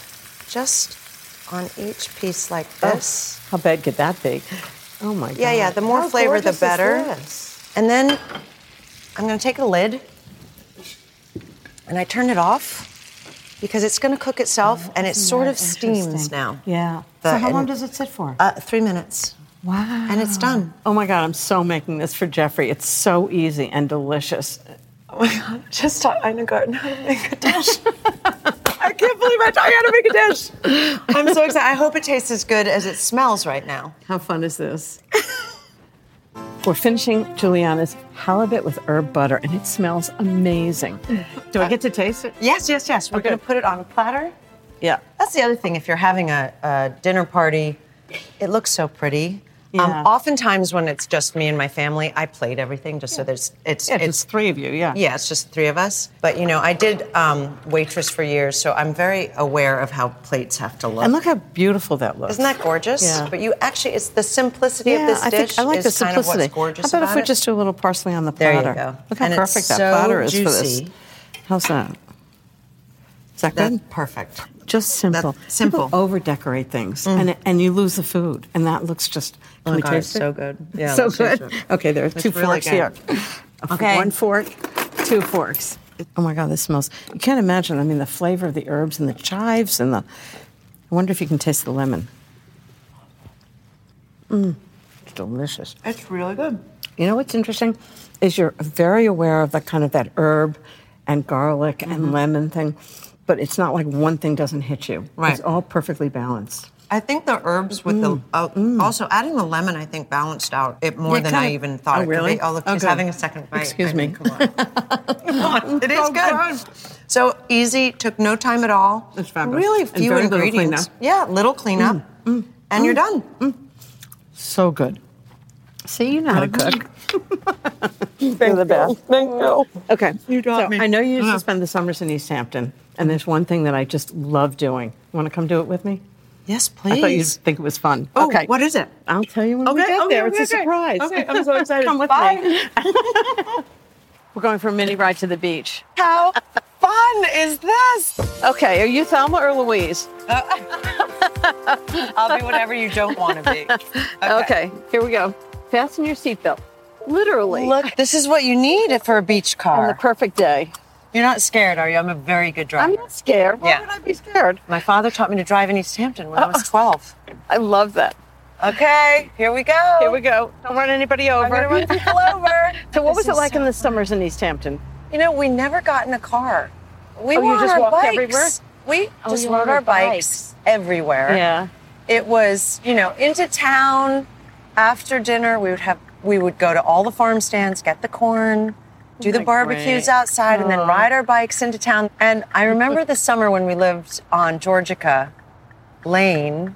B: just on each piece like
A: Oh,
B: this.
A: How bad could that be? Oh my god.
B: Yeah, yeah, the more
A: How
B: flavor, the
A: gorgeous is
B: better.
A: this?
B: And then I'm gonna take a lid and I turn it off because it's gonna cook itself and it sort of steams
A: Interesting.
B: now.
A: Yeah.
B: The-
A: so how long
B: and-
A: does it sit for?
B: Uh, three minutes.
A: wow.
B: And it's done.
A: Oh my god, I'm so making this for Jeffrey. It's so easy and delicious.
B: Oh my god, just taught Ina Garten how to make a dish. I can't believe I taught you how to make a dish. I'm so excited. I hope it tastes as good as it smells right now.
A: How fun is this? We're finishing Juliana's halibut with herb butter, and it smells amazing. Do I get to taste it?
B: Yes, yes, yes. We're
A: Okay.
B: gonna put it on a platter.
A: Yeah.
B: That's the other thing. If you're having a, a dinner party, it looks so pretty. Um,
A: Yeah.
B: oftentimes, when it's just me and my family, I plate everything just so there's it's
A: Yeah,
B: it's
A: just three of you. Yeah.
B: Yeah, it's just the three of us. But you know, I did um, waitress for years, so I'm very aware of how plates have to look.
A: And look how beautiful that looks.
B: Isn't that gorgeous?
A: Yeah.
B: But you actually, it's the simplicity of this
A: I
B: dish.
A: think I like
B: is
A: the
B: kind of
A: simplicity.
B: what's gorgeous
A: how about, if we
B: it?
A: just do a little parsley on the
B: There you
A: platter?
B: go.
A: Look how
B: And it's
A: perfect that
B: so
A: platter is for
B: juicy.
A: this. How's that? Is that
B: That's
A: good?
B: perfect.
A: Just simple.
B: simple. Mm.
A: People over decorate things, and and you lose the food, and that looks just. Can
B: Oh my
A: we
B: God,
A: taste
B: it's
A: it?
B: so good. Yeah,
A: so
B: let's taste
A: good.
B: it.
A: Okay, there are two
B: really
A: forks
B: good.
A: here. A-
B: Okay.
A: One fork, two forks. Oh my God, this smells. You can't imagine. I mean, the flavor of the herbs and the chives and the. I wonder if you can taste the lemon. Mmm, it's delicious.
B: It's really good.
A: You know what's interesting is you're very aware of the kind of that herb and garlic
F: Mm-hmm.
A: and lemon thing, but it's not like one thing doesn't hit you.
B: Right.
A: It's all perfectly balanced.
F: I think the herbs with
A: Mm,
F: the uh, also adding the lemon, I think balanced out it more
D: Yeah,
F: than
D: kinda-
F: I even thought
D: Oh,
F: it
D: really?
F: could be. Oh, look,
D: Oh,
F: she's
D: good.
F: having a second bite.
D: Excuse
F: I
D: me.
F: mean, come on. Come on, it is good. So easy, took no time at all.
D: That's fabulous.
F: Really
D: And
F: few
D: very little
F: ingredients. Yeah, little cleanup,
A: Mm,
F: and you're done.
D: So good. See, you know how to cook.
A: You're the best. Thank you.
D: Okay. You
A: got
D: so
A: me.
D: I know you used
F: Uh-huh.
D: to spend the summers in East Hampton, and there's one thing that I just love doing. Want to come do it with me?
F: Yes, please.
D: I thought you'd think it was fun.
F: Oh,
D: okay.
F: what is it?
D: I'll tell you when we
F: Okay,
D: get
F: okay,
D: there.
F: okay,
D: it's a
F: okay.
D: surprise.
F: Okay, I'm so excited.
D: Come with
F: Bye.
D: me. We're going for a mini ride to the beach.
F: How fun is this?
D: Okay, are you Thelma or Louise?
B: Uh,
F: I'll be whatever you don't want to be.
D: Okay, here we go. Fasten your seatbelt. Literally.
F: Look, this is what you need for a beach
D: On the
F: car.
D: perfect day.
F: You're not scared, are you? I'm a very good driver.
D: I'm not scared. Why
F: Yeah.
D: would I be scared? Oh.
F: My father taught me to drive in East Hampton when I was 12.
D: I love that.
F: Okay, here we go.
D: Here we go. Don't run anybody over.
F: I'm gonna run people over.
D: so, what
F: This
D: was it
F: is
D: like
F: so-
D: in the summers in East Hampton?
F: You know, we never got in a car. We
D: Oh,
F: were
D: you
F: on
D: just
F: our
D: walked
F: bikes.
D: everywhere?
F: We
D: Oh,
F: just
D: you
F: rode
D: rode
F: our
D: your
F: bikes everywhere.
D: Yeah.
F: It was, you know, into town. After dinner, we would have we would go to all the farm stands, get the corn, do the barbecues outside, and then ride our bikes into town. And I remember the summer when we lived on Georgica Lane.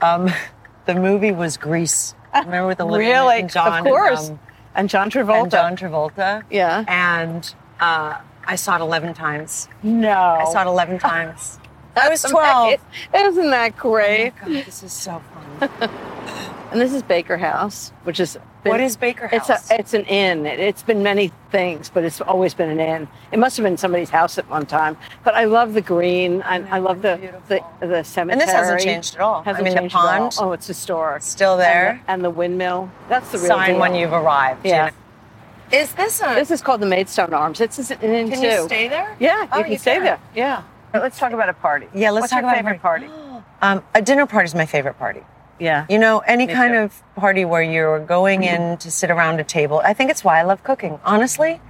F: Um, the movie was Grease. Remember with Olivia
D: Really?
F: and John?
D: of course.
F: And, um,
D: and John Travolta.
F: and John Travolta.
D: Yeah.
F: And uh, I saw it 11 times.
D: no.
F: I saw it 11 times. I was 12.
D: Isn't that great?
F: God, this is so fun.
D: Mm-hmm. And this is Baker House, which is
F: What is Baker House?
D: It's a, it's an inn. It, it's been many things, but it's always been an inn. It must have been somebody's house at one time. But I love the green. I, I love the, the the cemetery.
F: hasn't changed at all. I
D: Hasn't
F: mean, the
D: changed at all.
F: pond,
D: Oh, it's historic.
F: still
D: And the-
F: there.
D: And the, windmill. That's the real
F: Sign
D: deal.
F: when you've arrived. you
D: Yeah.
F: know. Is this a.
D: This is called the Maidstone Arms. It's an inn
F: can
D: too.
F: you stay there?
D: Yeah, you
F: Oh,
D: can stay
F: can.
D: there. Yeah. But let's talk about a party.
F: Yeah, let's
D: What's
F: talk
D: your
F: about a
D: favorite
F: party.
D: party.
F: Um, a dinner party is my favorite party.
D: Yeah.
F: You know, any
D: Me
F: kind
D: too.
F: of party where you're going in to sit around a table. I think it's why I love cooking. Honestly,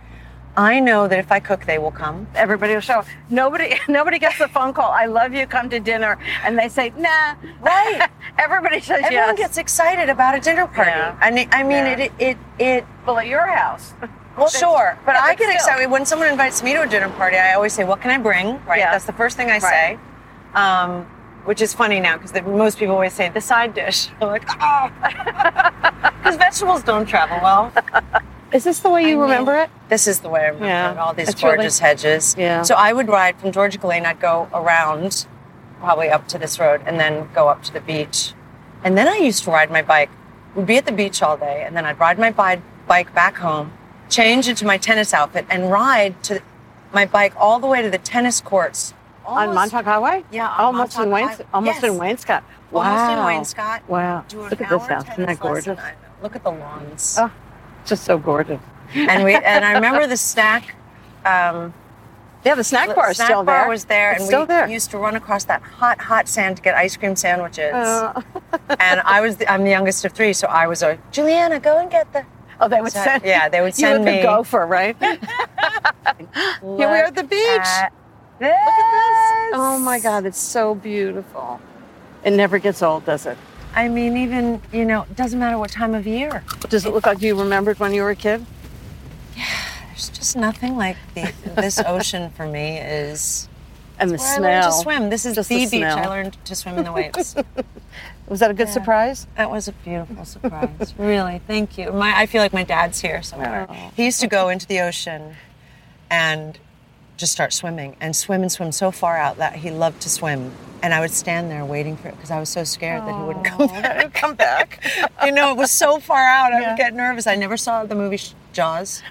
F: I know that if I cook, they will come.
D: everybody will show. Nobody, nobody gets the phone call. I love you. Come to dinner, and they say nah.
F: Right.
D: everybody says
F: Everyone
D: yes.
F: gets excited about a dinner party.
D: Yeah.
F: And it- I mean,
D: Yeah.
F: it, it, it,
D: well at your house.
F: well, sure, but
D: yeah,
F: I
D: but
F: get
D: still.
F: excited when someone invites me to a dinner party. I always say, "What can I bring?" Right,
D: Yeah.
F: that's the first thing I say. Um, which is funny now because most people always say the side dish. I'm like, oh, because vegetables don't travel well.
D: Is this the way you remember it?
F: This is the way I remember
D: Yeah.
F: it, all these
D: It's really-
F: gorgeous hedges.
D: Yeah.
F: So I would ride from Georgia Lane. I'd go around, probably up to this road, and then go up to the beach. And then I used to ride my bike. We'd be at the beach all day, and then I'd ride my bi- bike back home, change into my tennis outfit, and ride to my bike all the way to the tennis courts.
D: On Montauk Highway?
F: Yeah, on
D: almost in
F: Montauk
D: Waynes-
F: Highway.
D: almost in
F: Yes.
D: Wainscott. Wow.
F: Almost in Wainscott.
D: Wow.
F: Do an
D: Look at this
F: hour
D: house. Isn't
F: tennis
D: that
F: lesson.
D: gorgeous?
F: I know. Look at the lawns.
D: Oh, it's just so gorgeous.
F: And we and I remember the snack. Um,
D: Yeah, the snack
F: Little
D: bar is
F: snack
D: still
F: bar
D: there.
F: was there,
D: It's
F: and
D: still
F: we
D: there.
F: used to run across that hot, hot sand to get ice cream sandwiches.
D: Uh,
F: and I was, the, I'm the youngest of three, so I was like, Juliana, go and get the.
D: oh, they would
F: So-
D: send.
F: yeah, they would
D: you
F: send
D: were
F: me-
D: the gopher, right? Here we are at the beach.
F: Look at this.
D: Oh my God, it's so beautiful. It never gets old, does it?
F: I mean, even you know, it doesn't matter what time of year.
D: Does it look like you remembered when you were a kid?
F: There's just nothing like the, this ocean for me is.
D: And the
F: Where I learned to
D: smell.
F: swim. This is
D: Just
F: the,
D: the
F: beach. I
D: smell.
F: learned to swim in the waves.
D: Was that a good surprise?
F: That was a beautiful surprise. really, thank you. My, I feel like my dad's here somewhere.
D: Oh.
F: He used to go into the ocean and just start swimming and swim and swim so far out that he loved to swim. And I would stand there waiting for it because I was so scared that he wouldn't come back. Come back. you know, it was so far out. I would get nervous. I never saw the movie Sh- Jaws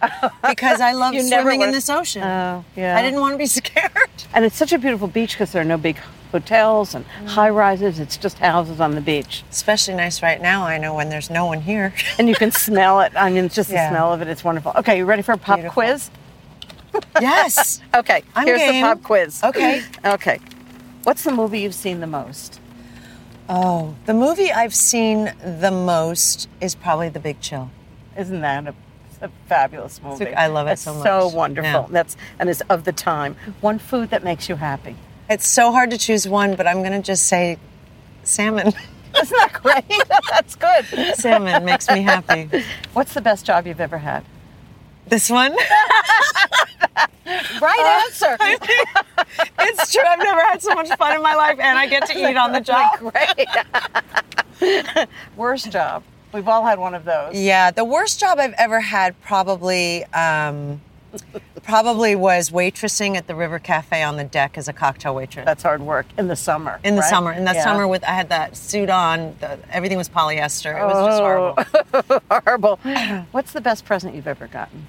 F: because I loved
D: You never
F: swimming in
D: would've-
F: this ocean.
D: Oh, yeah.
F: I didn't want to be scared.
D: And it's such a beautiful beach because there are no big hotels and
F: Mm.
D: high rises. It's just houses on the beach.
F: Especially nice right now. I know when there's no one here.
D: And you can smell it. I mean, it's just
F: Yeah.
D: the smell of it. It's wonderful. Okay, you ready for a pop
F: Beautiful.
D: quiz?
F: yes.
D: Okay,
F: I'm
D: here's
F: game.
D: the pop quiz.
F: Okay.
D: Okay. What's the movie you've seen the most?
F: Oh, the movie I've seen the most is probably The Big Chill.
D: Isn't that a, it's a fabulous movie?
F: I love it
D: It's
F: so much.
D: so wonderful.
F: Yeah.
D: That's and it's of the time. One food that makes you happy.
F: It's so hard to choose one, but I'm going to just say Salmon.
A: Isn't that great? That's good.
F: Salmon makes me happy.
A: What's the best job you've ever had?
F: This one?
D: Uh,
A: Right answer.
F: It's true. I've never had so much fun in my life, and I get to eat on the job.
A: Great. Worst job. We've all had one of those.
F: Yeah, the worst job I've ever had probably um, probably was waitressing at the River Cafe on the deck as a cocktail waitress.
A: That's hard work in the summer.
F: in the
A: right?
F: summer, in that
A: Yeah.
F: summer with I had that suit on, the, everything was polyester. It was just horrible.
A: Horrible. What's the best present you've ever gotten?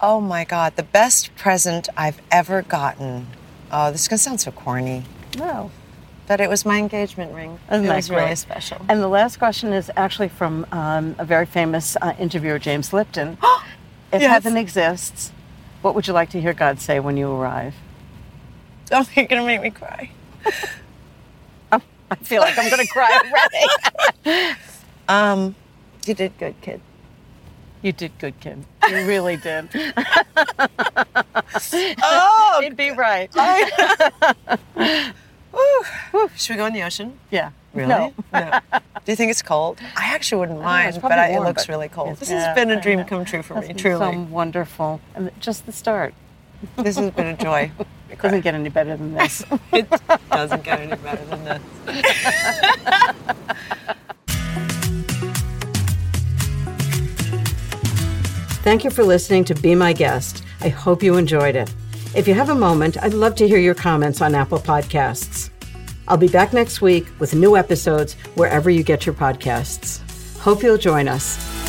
F: Oh my God, the best present I've ever gotten. Oh, this is gonna sound so corny,
A: No.
F: but it was my engagement ring.
A: Isn't
F: it
A: that
F: was really
A: great?
F: special.
A: And the last question is actually from um, a very famous uh, interviewer, James Lipton. if
F: Yes.
A: heaven exists, what would you like to hear God say when you arrive?
F: oh, you're gonna make me cry.
A: I feel like I'm going to cry already.
F: Um, you did good, kid.
A: you did good, Kim. You really did.
F: Oh,
A: You'd be right.
F: should we go in the ocean?
A: Yeah.
F: Really?
A: No.
F: No. Do you think it's cold? I actually wouldn't mind, but
A: probably
F: I, it
A: warm,
F: looks
A: but
F: really cold. This
A: yeah,
F: has been
A: I
F: a dream
A: know.
F: come true for me,
A: That's
F: truly.
A: Some wonderful. And just the start.
F: This has been a joy.
A: It doesn't get any better than this.
F: It doesn't get any better than this.
D: Thank you for listening to Be My Guest. I hope you enjoyed it. If you have a moment, I'd love to hear your comments on Apple Podcasts. I'll be back next week with new episodes wherever you get your podcasts. Hope you'll join us.